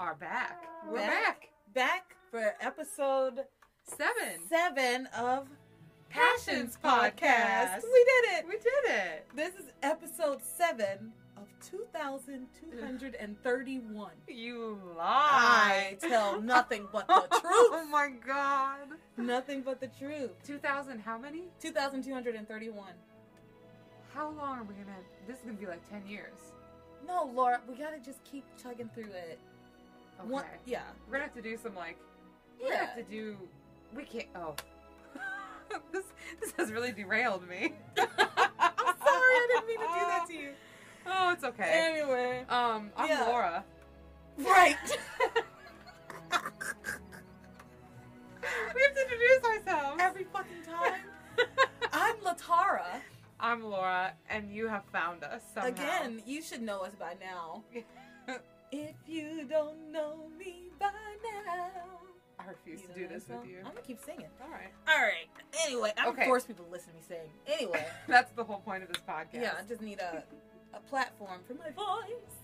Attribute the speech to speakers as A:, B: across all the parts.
A: are back. We're
B: Back.
A: back.
B: Back for episode
A: Seven.
B: seven of
A: Passions Podcast.
B: We did it.
A: We did it.
B: This is episode seven of 2,231.
A: You
B: I
A: lied.
B: tell nothing but the
A: Oh
B: truth.
A: my god.
B: Nothing but the truth.
A: 2000, how many?
B: 2,231.
A: How long are we gonna have? This is gonna be like 10 years.
B: No, Laura, we gotta just keep chugging through it.
A: Okay.
B: One, yeah.
A: We're gonna have to do some like. We're gonna
B: Yeah.
A: have to do. We can't. Oh. this, this has really derailed me. I'm sorry, I didn't mean to do that to you.
B: you.
A: Oh, it's okay.
B: Anyway.
A: Um, I'm
B: Yeah.
A: Laura.
B: Right.
A: We have to introduce ourselves.
B: Every fucking time. I'm Latara.
A: I'm Laura, and you have found us somehow.
B: Again, you should know us by now. if you don't know me by now.
A: I refuse
B: You
A: to
B: don't
A: do
B: know
A: this
B: song?
A: with you.
B: I'm gonna keep singing.
A: All right.
B: All right. Anyway, I'm
A: Okay.
B: gonna force people to listen to me sing. Anyway,
A: That's the whole point of this podcast.
B: yeah, I just need a a platform for my voice.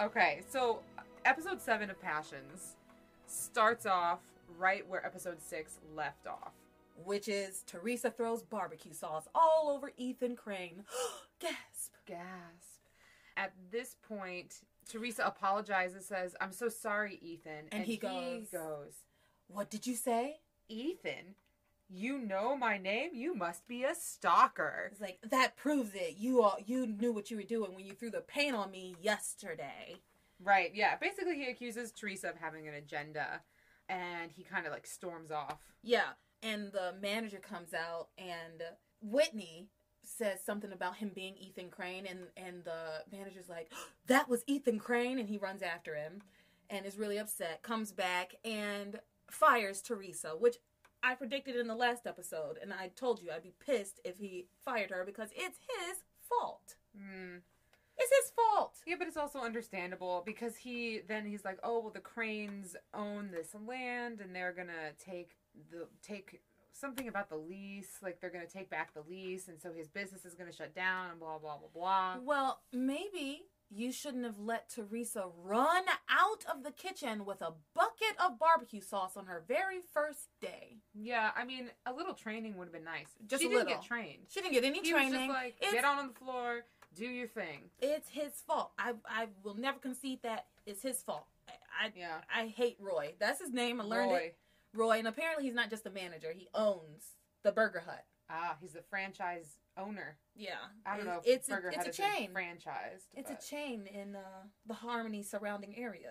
A: Okay, so episode seven of Passions starts off right where episode six left off.
B: Which is Teresa throws barbecue sauce all over Ethan Crane. Gasp.
A: Gasp. At this point, Teresa apologizes, says, I'm so sorry, Ethan.
B: And he goes-
A: goes,
B: What did you say?
A: Ethan, you know my name? You must be a stalker.
B: It's like that proves it. You all you knew what you were doing when you threw the paint on me yesterday.
A: Right, yeah. Basically, he accuses Teresa of having an agenda and he kind of like storms off.
B: Yeah. And the manager comes out and Whitney says something about him being Ethan Crane and and the manager's like, "That was Ethan Crane." And he runs after him and is really upset. Comes back and fires Teresa, which I predicted in the last episode and I told you I'd be pissed if he fired her because it's his fault.
A: Mm.
B: It's his fault.
A: Yeah, but it's also understandable because he then he's like, oh well, the cranes own this land and they're gonna take the take something about the lease, like they're gonna take back the lease, and so his business is gonna shut down and blah blah blah blah.
B: Well, maybe you shouldn't have let Teresa run out of the kitchen with a bucket of barbecue sauce on her very first day.
A: Yeah, I mean, a little training would have been nice.
B: Just
A: she
B: a
A: didn't
B: little.
A: get trained.
B: She didn't get any
A: He was
B: training.
A: just like,
B: it's,
A: get out on the floor, do your thing.
B: it's his fault. I I will never concede that it's his fault. I I,
A: Yeah,
B: I hate Roy. That's his name. I learned
A: Roy.
B: it. Roy, and apparently he's not just the manager. He owns the Burger Hut.
A: Ah, he's the franchise owner.
B: Yeah,
A: I don't know. If
B: It's
A: Burger
B: a,
A: Hut
B: it's
A: is
B: a chain.
A: franchised.
B: It's
A: but-
B: a chain in uh, the Harmony surrounding area.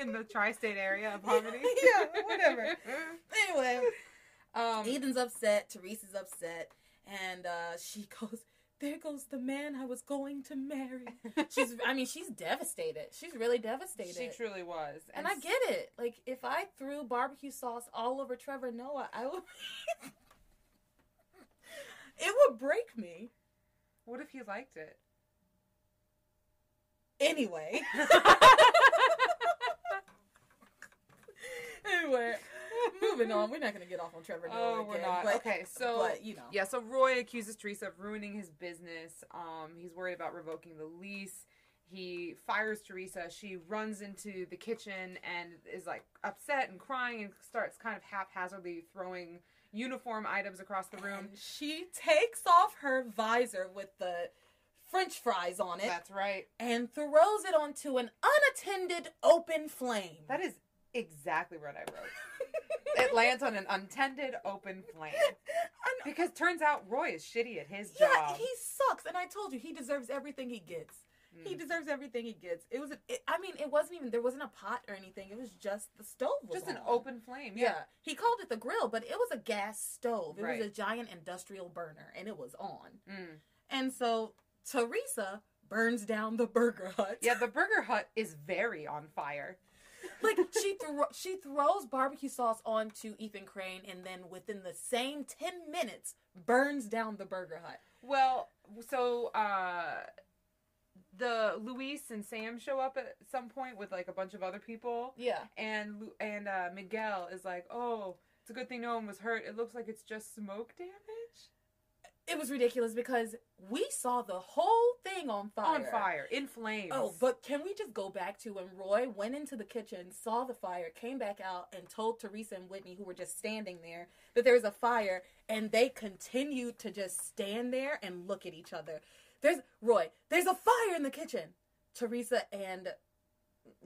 A: in the tri-state area of Harmony.
B: Yeah, whatever. anyway.
A: Um,
B: Ethan's upset. Teresa's upset, and uh, she goes, "There goes the man I was going to marry." She's, I mean, she's devastated. She's really devastated.
A: she truly was,
B: and I get it. Like, if I threw barbecue sauce all over Trevor Noah, I would. it would break me.
A: What if he liked it?
B: Anyway. anyway, moving on. We're not gonna get off on Trevor Noah
A: oh,
B: again.
A: we're not.
B: But,
A: okay, so
B: but you know,
A: yeah, so Roy accuses Teresa of ruining his business. Um, he's worried about revoking the lease. He fires Teresa. She runs into the kitchen and is like upset and crying and starts kind of haphazardly throwing uniform items across the room.
B: And she takes off her visor with the french fries on it
A: That's right.
B: and throws it onto an unattended open flame.
A: That is exactly what I wrote. it lands on an untended open flame.
B: And-
A: Because turns out Roy is shitty at his
B: yeah,
A: job.
B: he sucks. And I told you, he deserves everything he gets.
A: Mm.
B: He deserves everything he gets. It was, it, I mean, it wasn't even, there wasn't a pot or anything. It was just the stove was
A: just an
B: on.
A: open flame.
B: Yeah. He called it the grill, but it was a gas stove. It
A: Right.
B: was a giant industrial burner and it was on.
A: Yeah. Mm.
B: And so Teresa burns down the burger hut.
A: Yeah, the Burger Hut is very on fire.
B: like she thro- she throws barbecue sauce onto Ethan Crane and then within the same 10 minutes burns down the burger hut.
A: Well, so uh the Luis and Sam show up at some point with like a bunch of other people
B: Yeah.
A: and Lu- and uh Miguel is like, "Oh, it's a good thing no one was hurt. It looks like it's just smoke damage."
B: it was ridiculous because we saw the whole thing on fire.
A: On fire, in flames.
B: Oh, but can we just go back to when Roy went into the kitchen, saw the fire, came back out, and told Teresa and Whitney, who were just standing there, that there was a fire, and they continued to just stand there and look at each other. There's Roy, there's a fire in the kitchen. Teresa and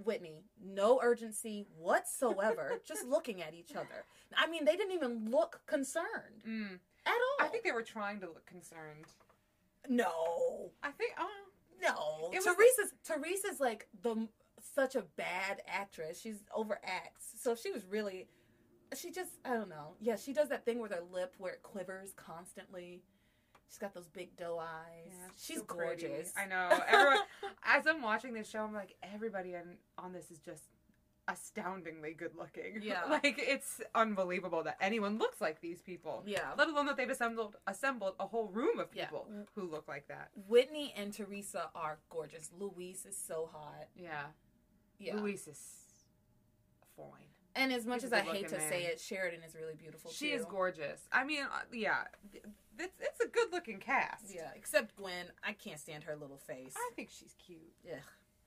B: Whitney, no urgency whatsoever, just looking at each other. I mean, they didn't even look concerned
A: Mm.
B: at all.
A: I think they were trying to look concerned.
B: no.
A: I think. Oh,
B: No,
A: It was-
B: Teresa's Teresa's like the such a bad actress. She's overacts. So if she was really, she just I don't know. Yeah, she does that thing with her lip where it quivers constantly. She's got those big doe eyes.
A: yeah,
B: she's
A: so pretty.
B: gorgeous.
A: I know. Everyone, as I'm watching this show, I'm like, everybody on, on this is just astoundingly good looking.
B: Yeah.
A: like it's unbelievable that anyone looks like these people.
B: yeah,
A: Let alone that they've assembled assembled a whole room of
B: Yeah.
A: people who look like that.
B: Whitney and Teresa are gorgeous. Louise is so hot.
A: Yeah.
B: Yeah,
A: Luis is fine.
B: and as much as
A: he's a
B: I
A: good
B: hate to
A: looking
B: say
A: man.
B: it, Sheridan is really beautiful.
A: She is
B: too.
A: gorgeous. I mean, uh, yeah, th- it's, it's a good looking cast.
B: Yeah, except Gwen. I can't stand her little face.
A: I think she's cute.
B: Ugh.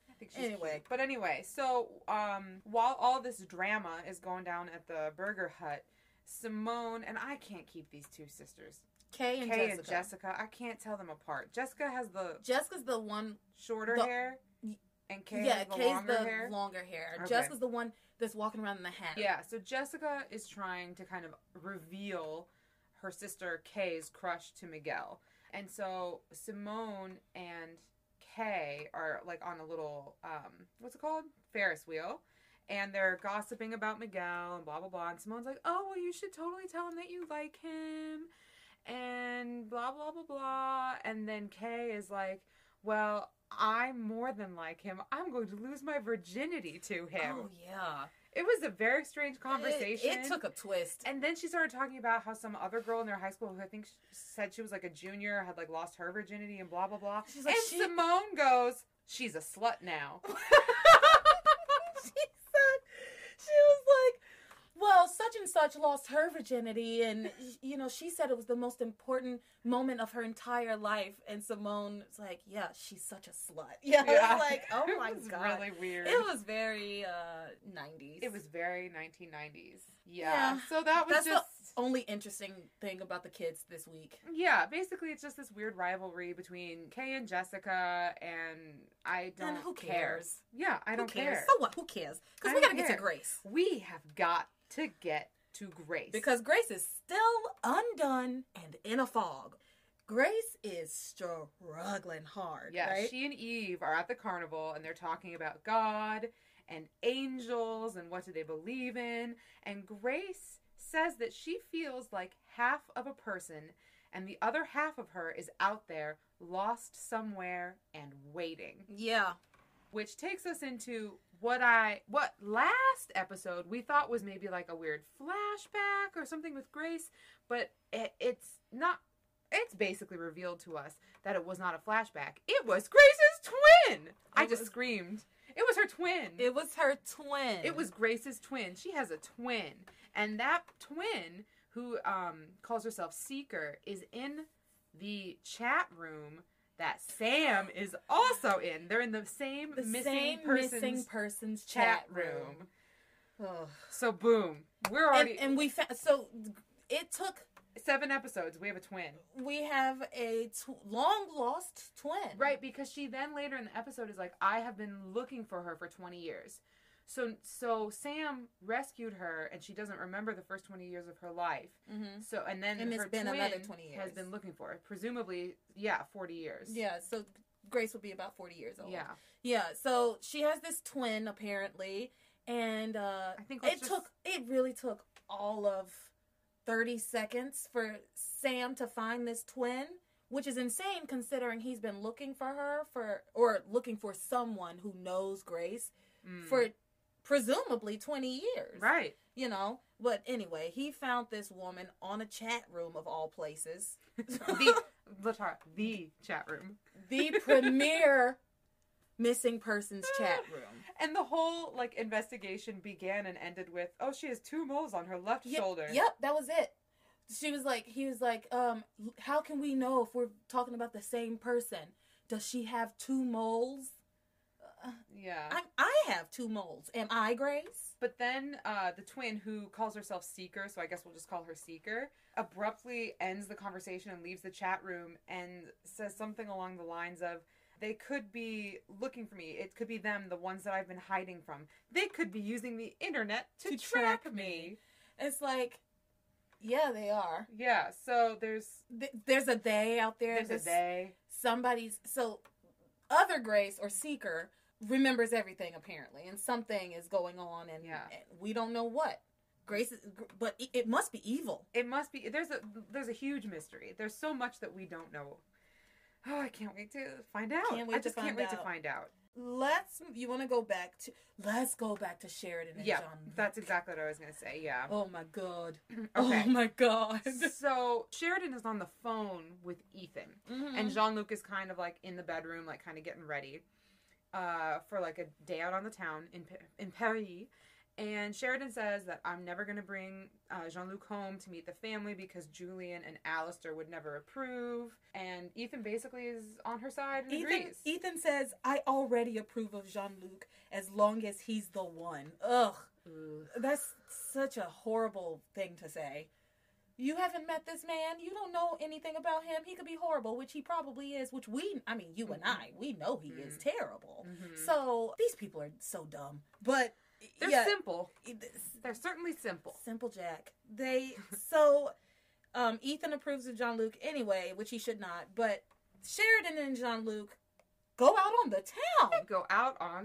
A: I think she's
B: Anyway.
A: cute. But anyway, so um, while all this drama is going down at the Burger Hut, Simone and I can't keep these two sisters,
B: Kay and
A: Kay
B: Jessica.
A: and Jessica. I can't tell them apart. Jessica has the
B: Jessica's the one
A: shorter
B: The-
A: hair,
B: y-
A: and Kay
B: yeah,
A: has the
B: Kay's
A: longer
B: the
A: hair.
B: longer hair.
A: Okay.
B: Jessica's the one that's walking around in the hat.
A: Yeah, so Jessica is trying to kind of reveal her sister Kay's crush to Miguel. And so Simone and Kay are like on a little um what's it called? Ferris wheel. And they're gossiping about Miguel and blah blah blah. And Simone's like, Oh well you should totally tell him that you like him and blah blah blah blah. And then Kay is like, Well, I'm more than like him. I'm going to lose my virginity to him.
B: Oh yeah.
A: It was a very strange conversation.
B: It, it took a twist.
A: And then she started talking about how some other girl in their high school, who I think sh- said she was like a junior, had like lost her virginity and blah blah blah.
B: She's like,
A: and
B: she-
A: Simone goes, "She's a slut now."
B: she said she was like, "Well, such and such lost her virginity, and you know she said it was the most important moment of her entire life." And Simone's like, "Yeah, she's such a slut." Yeah, I was like, "Oh my
A: it was
B: god."
A: really weird.
B: It was very uh 90s.
A: It was very 1990s. Yeah.
B: Yeah.
A: So that was
B: That's the-
A: just.
B: only interesting thing about the kids this week.
A: Yeah, basically, it's just this weird rivalry between Kay and Jessica, and I don't
B: and who
A: care.
B: cares?
A: Yeah, I don't
B: Who cares?
A: care.
B: So what? Who cares?
A: I
B: Because we
A: don't
B: gotta get to
A: care.
B: Grace.
A: We have got to get to Grace
B: Because Grace is still undone and in a fog. Grace is struggling hard.
A: Yeah,
B: right?
A: she and Eve are at the carnival and they're talking about God and angels and what do they believe in. And Grace says that she feels like half of a person and the other half of her is out there, lost somewhere and waiting.
B: yeah.
A: Which takes us into what I what last episode we thought was maybe like a weird flashback or something with Grace, but it, it's not it's basically revealed to us that it was not a flashback. It was Grace's twin. I just
B: was-
A: screamed. It was her twin.
B: It was her twin.
A: It was Grace's twin. She has a twin, and that twin, who um, calls herself Seeker, is in the chat room that Sam is also in. They're in the same
B: the
A: missing
B: same
A: persons
B: missing person's
A: chat room.
B: Ugh.
A: So boom, we're
B: And,
A: already
B: and we found so it took.
A: seven episodes. We have a twin,
B: We have a tw- long lost twin.
A: right? Because she then later in the episode is like, "I have been looking for her for twenty years." So, so Sam rescued her, and she doesn't remember the first twenty years of her life.
B: Mm-hmm.
A: So and then
B: And it's
A: her
B: been
A: twin
B: another 20
A: has
B: years.
A: been looking for it. Presumably, yeah, forty years.
B: Yeah. So Grace will be about forty years old.
A: yeah.
B: Yeah, so she has this twin apparently, and uh,
A: I think
B: it
A: let's just-
B: took it really took all of thirty seconds for Sam to find this twin, which is insane considering he's been looking for her for or looking for someone who knows Grace
A: Mm.
B: for presumably twenty years,
A: right.
B: You know, but anyway, he found this woman on a chat room of all places,
A: the Latar, the chat room,
B: the premier missing persons chat room.
A: and the whole like investigation began and ended with, "Oh, she has two moles on her left
B: Yep,
A: shoulder."
B: Yep, that was it. she was like he was like um how can we know if we're talking about the same person does she have two moles
A: Yeah.
B: i i have two moles am i grace
A: But then uh, the twin, who calls herself Seeker, so I guess we'll just call her Seeker, abruptly ends the conversation and leaves the chat room and says something along the lines of, they could be looking for me. It could be them, the ones that I've been hiding from. They could be using the internet
B: To
A: to, track,
B: track
A: me.
B: me. it's like yeah they are
A: Yeah, so there's
B: Th- there's a they out there
A: there's, a day.
B: somebody's so other grace or seeker remembers everything apparently and something is going on and,
A: Yeah.
B: and we don't know what grace is, but it- it must be evil
A: It must be there's a there's a huge mystery. There's so much that we don't know. Oh, I can't wait to find out.
B: Can't wait
A: I
B: to
A: just can't
B: find
A: wait to
B: out.
A: find out.
B: let's you want to go back to let's go back to sheridan and
A: Yeah,
B: john Wick.
A: that's exactly what I was gonna say. Yeah.
B: oh my god
A: Mm, Okay.
B: oh my god
A: so Sheridan is on the phone with Ethan, Mm-hmm. and
B: Mhm.
A: Jean Luc is kind of like in the bedroom, like kind of getting ready uh, for like a day out on the town in Pa- in Paris. And Sheridan says that I'm never going to bring uh, Jean Luc home to meet the family because Julian and Alistair would never approve. And Ethan basically is on her side and
B: ethan, E-,
A: agrees.
B: ethan says i already approve of jean-luc as long as he's the one ugh
A: Ugh.
B: That's such a horrible thing to say. You haven't met this man. You don't know anything about him. He could be horrible, which he probably is, which we, I mean, you and I,
A: Mm-hmm.
B: we know he is terrible.
A: Mhm.
B: So these people are so dumb. But
A: They're
B: yeah,
A: simple.
B: it-
A: They're certainly simple.
B: Simple Jack. They so um Ethan approves of John Luke anyway, which he should not, but Sheridan and John Luke go out on the town.
A: Go out on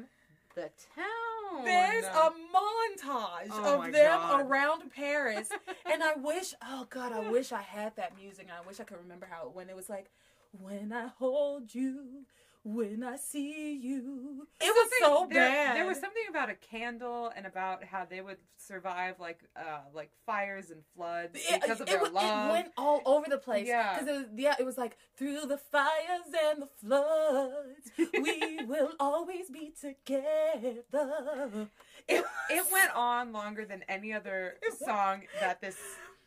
A: the town.
B: There's a montage
A: Oh my
B: of them
A: God.
B: around Paris. and I wish, oh God, I wish I had that music. And I wish I could remember how when it was like, when I hold you, when I see you. It was so
A: Something- there-
B: bad.
A: There was something about a candle and about how they would survive like uh like fires and floods
B: It,
A: because of
B: it
A: their
B: was- it
A: love.
B: went all over the place.
A: Yeah.
B: 'Cause it was- yeah, it was like through the fires and the floods, we will always be together. It,
A: It went on longer than any other song that this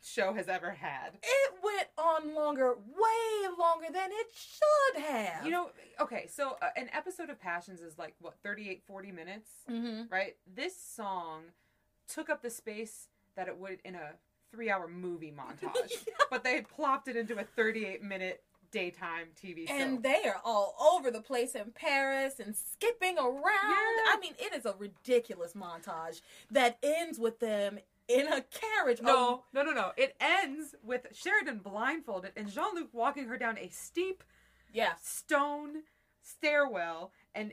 A: show has ever had.
B: It went on longer, way longer than it should have.
A: You know, okay, so uh, an episode of Passions is like what 38 40 minutes,
B: mm-hmm.
A: right? This song took up the space that it would in a 3-hour movie montage, but they plopped it into a 38 minute daytime TV show.
B: and they are all over the place in Paris and skipping around.
A: Yeah.
B: I mean, it is a ridiculous montage that ends with them in a carriage. Oh,
A: No, no, no, no. It ends with Sheridan blindfolded and Jean Luc walking her down a steep
B: yeah.
A: stone stairwell and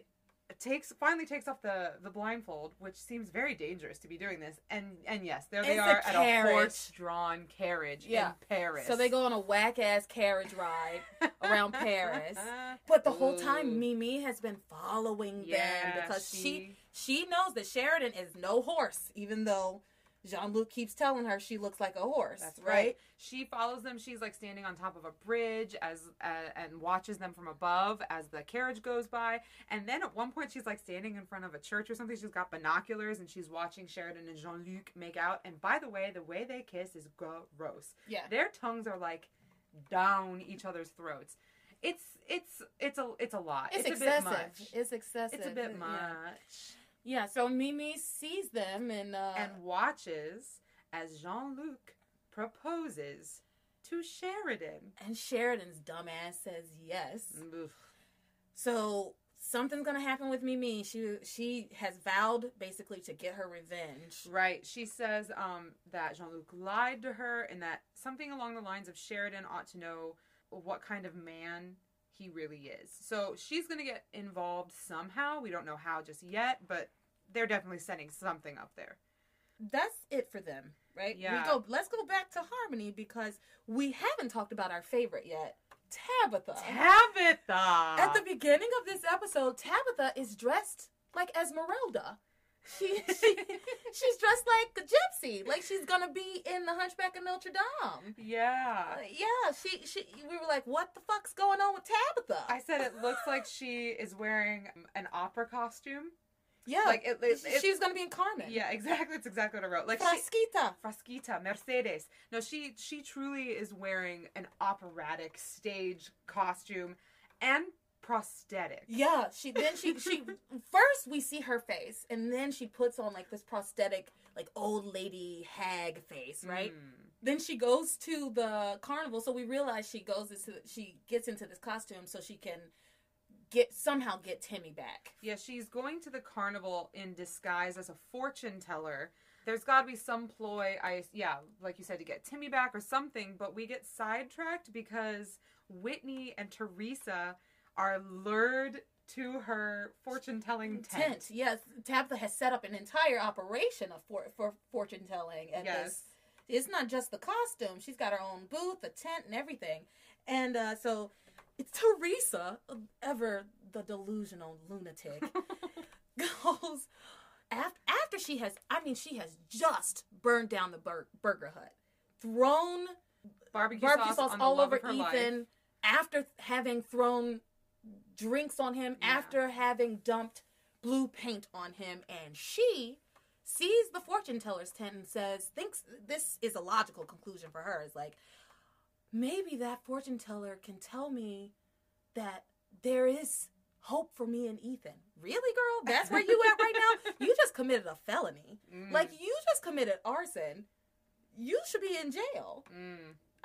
A: takes finally takes off the the blindfold, which seems very dangerous to be doing this. And and yes, there they
B: It's a
A: are at a
B: carriage.
A: horse drawn carriage
B: Yeah.
A: in Paris.
B: So they go on a whack ass carriage ride around Paris. But the whole
A: Ooh.
B: time, Mimi has been following
A: Mm. Yeah,
B: them because she
A: she-
B: she knows that Sheridan is no horse, even though Jean Luc keeps telling her she looks like a horse.
A: That's right.
B: right.
A: She follows them. She's like standing on top of a bridge as uh, and watches them from above as the carriage goes by. And then at one point, she's like standing in front of a church or something. She's got binoculars and she's watching Sheridan and Jean Luc make out. And by the way, the way they kiss is gross.
B: Yeah.
A: Their tongues are like down each other's throats. It's it's it's a it's a lot.
B: It's,
A: a bit
B: excessive.
A: much.
B: It's excessive.
A: It's a bit much.
B: Yeah. Yeah, so Mimi sees them and uh
A: and watches as Jean Luc proposes to Sheridan.
B: and Sheridan's dumbass says yes.
A: Oof.
B: So something's gonna happen with Mimi. She she has vowed basically to get her revenge.
A: Right. She says um, that Jean Luc lied to her and that something along the lines of Sheridan ought to know what kind of man he really is. So she's going to get involved somehow. We don't know how just yet, but they're definitely setting something up there.
B: That's it for them, right?
A: Yeah.
B: We go let's go back to Harmony because we haven't talked about our favorite yet. Tabitha.
A: Tabitha!
B: At the beginning of this episode, Tabitha is dressed like Esmeralda. She, she she's dressed like a gypsy, like she's gonna be in the Hunchback of Notre Dame. Uh,
A: yeah.
B: yeah, she she. We were like, what the fuck's going on with Tabitha?
A: I said it looks like she is wearing an opera costume.
B: Yeah.
A: Like it, it, it,
B: she was gonna be in Carmen.
A: yeah, exactly. It's exactly what I wrote. Like she,
B: Frasquita.
A: Frasquita, Mercedes. No, she she truly is wearing an operatic stage costume and prosthetic.
B: Yeah, she then she she first we see her face and then she puts on like this prosthetic like old lady hag face, right?
A: Mm.
B: Then she goes to the carnival, so we realize she goes into she gets into this costume so she can get somehow get Timmy back.
A: Yeah, she's going to the carnival in disguise as a fortune teller. There's got to be some ploy, I yeah, like you said, to get Timmy back or something. But we get sidetracked because Whitney and Teresa are lured to her fortune telling tent.
B: Tent, yes. Tabitha has set up an entire operation of for, for fortune telling at
A: Yes.
B: this it's not just the costume. She's got her own booth, a tent, and everything. And uh, so it's Teresa, ever the delusional lunatic, goes after, after she has, I mean, she has just burned down the bur- burger hut, thrown
A: Barbecue,
B: barbecue sauce,
A: sauce, on the
B: all
A: love
B: over
A: of her
B: Ethan
A: life.
B: after having thrown drinks on him,
A: Yeah.
B: after having dumped blue paint on him, and she sees the fortune teller's tent and says, thinks this is a logical conclusion for her. Is like, maybe that fortune teller can tell me that there is hope for me and Ethan. Really, girl? That's where you at right now? You just committed a felony.
A: Mm,
B: Like, you just committed arson. You should be in jail.
A: mm.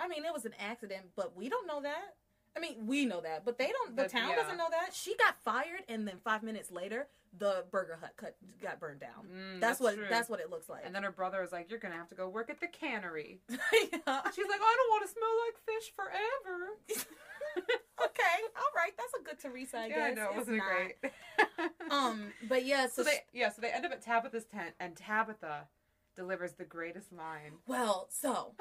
B: I mean, it was an accident, but we don't know that. I mean, we know that, but they don't. The,
A: The-
B: town
A: yeah.
B: doesn't know that. She got fired, and then five minutes later, the Burger Hut cut, got burned down.
A: Mm,
B: that's, what.
A: true.
B: That's what it looks like.
A: And then her brother was like, "You're gonna have to go work at the cannery."
B: Yeah.
A: She's like, "Oh, "I don't want to smell like fish forever."
B: okay, all right, that's a good Teresa. I
A: yeah, I
B: guess.
A: know it
B: It's
A: wasn't
B: not.
A: great.
B: Um, but yeah, so,
A: so
B: they.
A: they yeah, so they end up at Tabitha's tent, and Tabitha delivers the greatest line
B: well, so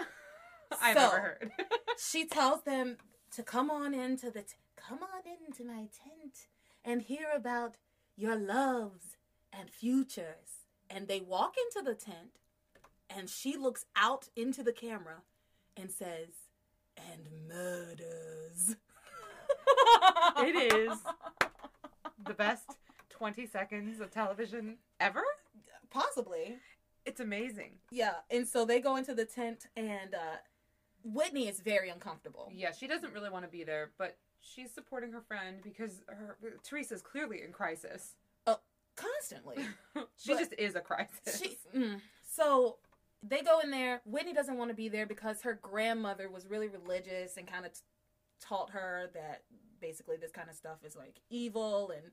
A: I've
B: So-
A: ever heard.
B: she tells them to come on into the t- come on into my tent and hear about your loves and futures and they walk into the tent and she looks out into the camera and says and murders
A: It is. the best twenty seconds of television ever.
B: possibly
A: It's amazing.
B: yeah and so they go into the tent and uh whitney is very uncomfortable
A: Yeah, she doesn't really want to be there, but she's supporting her friend because her Teresa's clearly in crisis.
B: constantly
A: She
B: But-
A: just is a crisis.
B: She, mm. So they go in there. Whitney doesn't want to be there because her grandmother was really religious and kind of t- taught her that basically this kind of stuff is like evil and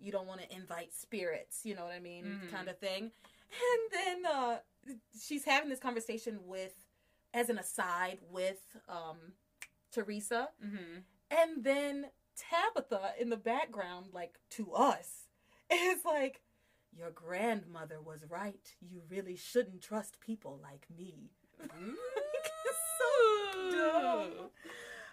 B: you don't want to invite spirits, you know what I mean,
A: Mhm.
B: kind of thing. And then uh, she's having this conversation with, as an aside, with um, Teresa.
A: hmm
B: And then Tabitha in the background, like to us, is like, Your grandmother was right. You really shouldn't trust people like me. Mm-hmm. so dumb.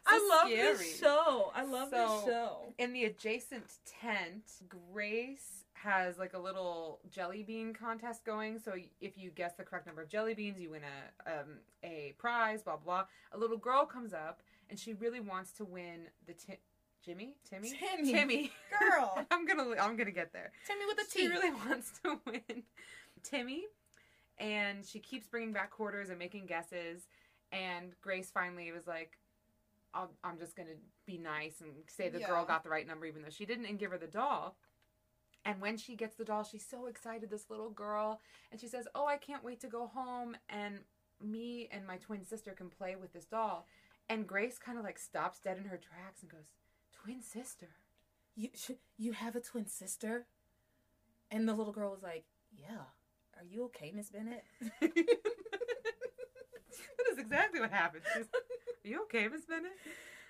B: I
A: So
B: love this
A: scary.
B: show. I love
A: So-
B: this show.
A: In the adjacent tent, Grace has like a little jelly bean contest going. So if you guess the correct number of jelly beans, you win a um, a prize. Blah blah. A little girl comes up and she really wants to win the ti- Jimmy Timmy
B: Timmy.
A: Timmy.
B: Girl.
A: I'm gonna I'm gonna get there.
B: Timmy with a
A: She
B: T.
A: really wants to win Timmy, and she keeps bringing back quarters and making guesses. And Grace finally was like, I'll, "I'm just gonna be nice and say the girl
B: Yeah.
A: got the right number, even though she didn't, and give her the doll." And when she gets the doll, she's so excited, this little girl, and she says, "Oh, I can't wait to go home and me and my twin sister can play with this doll." And Grace kind of like stops dead in her tracks and goes, "Twin sister."
B: you, sh- you have a twin sister? And the little girl was like, Yeah. Are you okay, Miss Bennett?
A: That is exactly what happened. She's, Are you okay, Miss Bennett?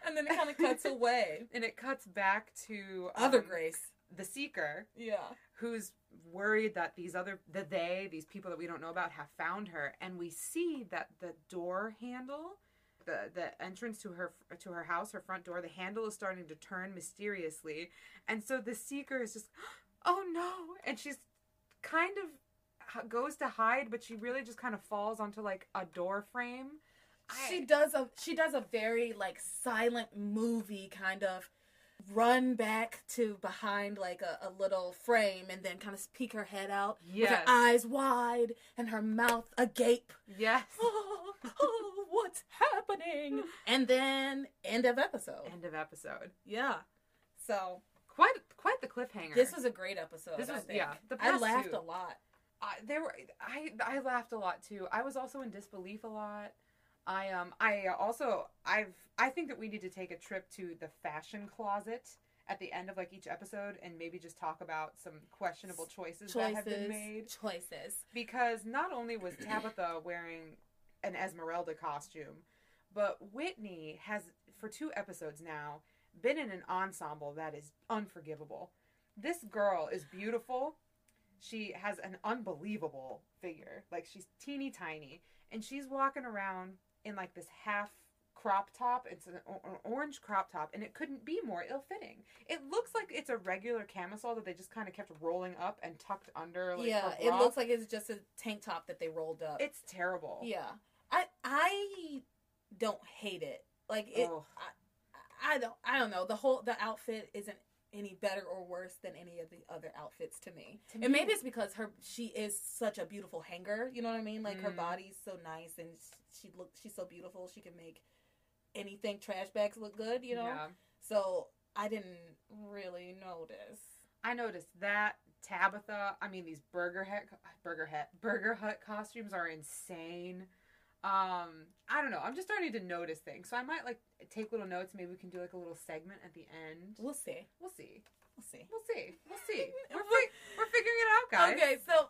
B: and then it kind of cuts away.
A: And it cuts back to um,
B: Other Grace.
A: the seeker,
B: Yeah.
A: who's worried that these other, the they, these people that we don't know about, have found her, and we see that the door handle, the the entrance to her to her house, her front door, the handle is starting to turn mysteriously, and so the seeker is just, oh no, and she's kind of h- goes to hide, but she really just kind of falls onto like a door frame.
B: she does a she does a very like silent movie kind of run back to behind like a, a little frame and then kind of peek her head out with
A: Yes.
B: her eyes wide and her mouth agape.
A: Yes.
B: Oh, oh, what's happening? And then end of episode.
A: End of episode.
B: Yeah. So
A: Quite quite the cliffhanger.
B: this was a great episode.
A: this
B: I
A: was
B: think.
A: yeah. The
B: I
A: past
B: laughed
A: two,
B: a lot.
A: I, there were I I laughed a lot too. I was also in disbelief a lot. I um I also I've I think that we need to take a trip to the fashion closet at the end of like each episode and maybe just talk about some questionable choices, that have been made
B: Choices.
A: because not only was Tabitha wearing an Esmeralda costume, but Whitney has for two episodes now been in an ensemble that is unforgivable. This girl is beautiful. She has an unbelievable figure. Like she's teeny tiny and she's walking around in like this half crop top. It's an, o- an orange crop top and it couldn't be more ill-fitting. It looks like it's a regular camisole that they just kind of kept rolling up and tucked under like
B: yeah,
A: her
B: it
A: bra.
B: looks like it's just a tank top that they rolled up.
A: It's terrible.
B: yeah. I I don't hate it. Like it
A: Ugh.
B: I don't I don't know. The whole the outfit isn't any better or worse than any of the other outfits to me.
A: To
B: and
A: me-
B: maybe it's because her she is such a beautiful hanger, you know what I mean? Like her
A: Mm.
B: body's so nice and she look she's so beautiful. She can make anything trash bags look good, you know?
A: Yeah.
B: So I didn't really notice.
A: I noticed that Tabitha. I mean, these Burger Hut, Burger Hut, Burger Hut costumes are insane. Um, I don't know. I'm just starting to notice things, so I might like take little notes. Maybe we can do like a little segment at the end.
B: We'll see.
A: We'll see.
B: We'll see.
A: We'll see. We'll see. We're, fi- we're figuring it out, guys.
B: Okay, so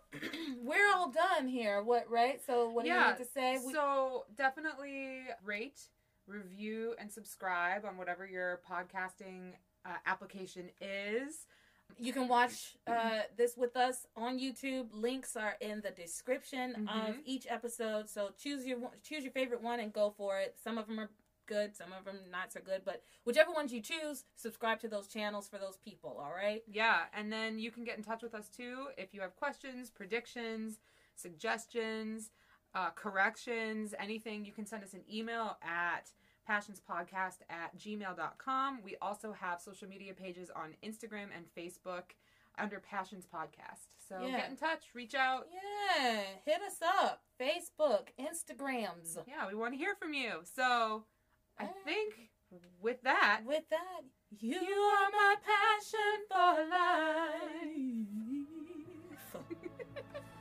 B: we're all done here. What right? So what do
A: Yeah,
B: you need to say? We-
A: So definitely rate, review, and subscribe on whatever your podcasting uh, application is.
B: You can watch uh, this with us on YouTube. Links are in the description of
A: Mhm.
B: each episode. So choose your one- choose your favorite one and go for it. Some of them are good, some of them not so good, but whichever ones you choose, subscribe to those channels for those people. All right.
A: Yeah, and then you can get in touch with us too if you have questions, predictions, suggestions, uh, corrections, anything. You can send us an email at passionspodcast at gmail.com. We also have social media pages on Instagram and Facebook under Passions Podcast. So
B: Yeah.
A: get in touch, reach out.
B: Yeah, hit us up. Facebook, Instagrams.
A: Yeah, we want to hear from you. So I
B: Alright.
A: think with that,
B: With that, you are my passion for life.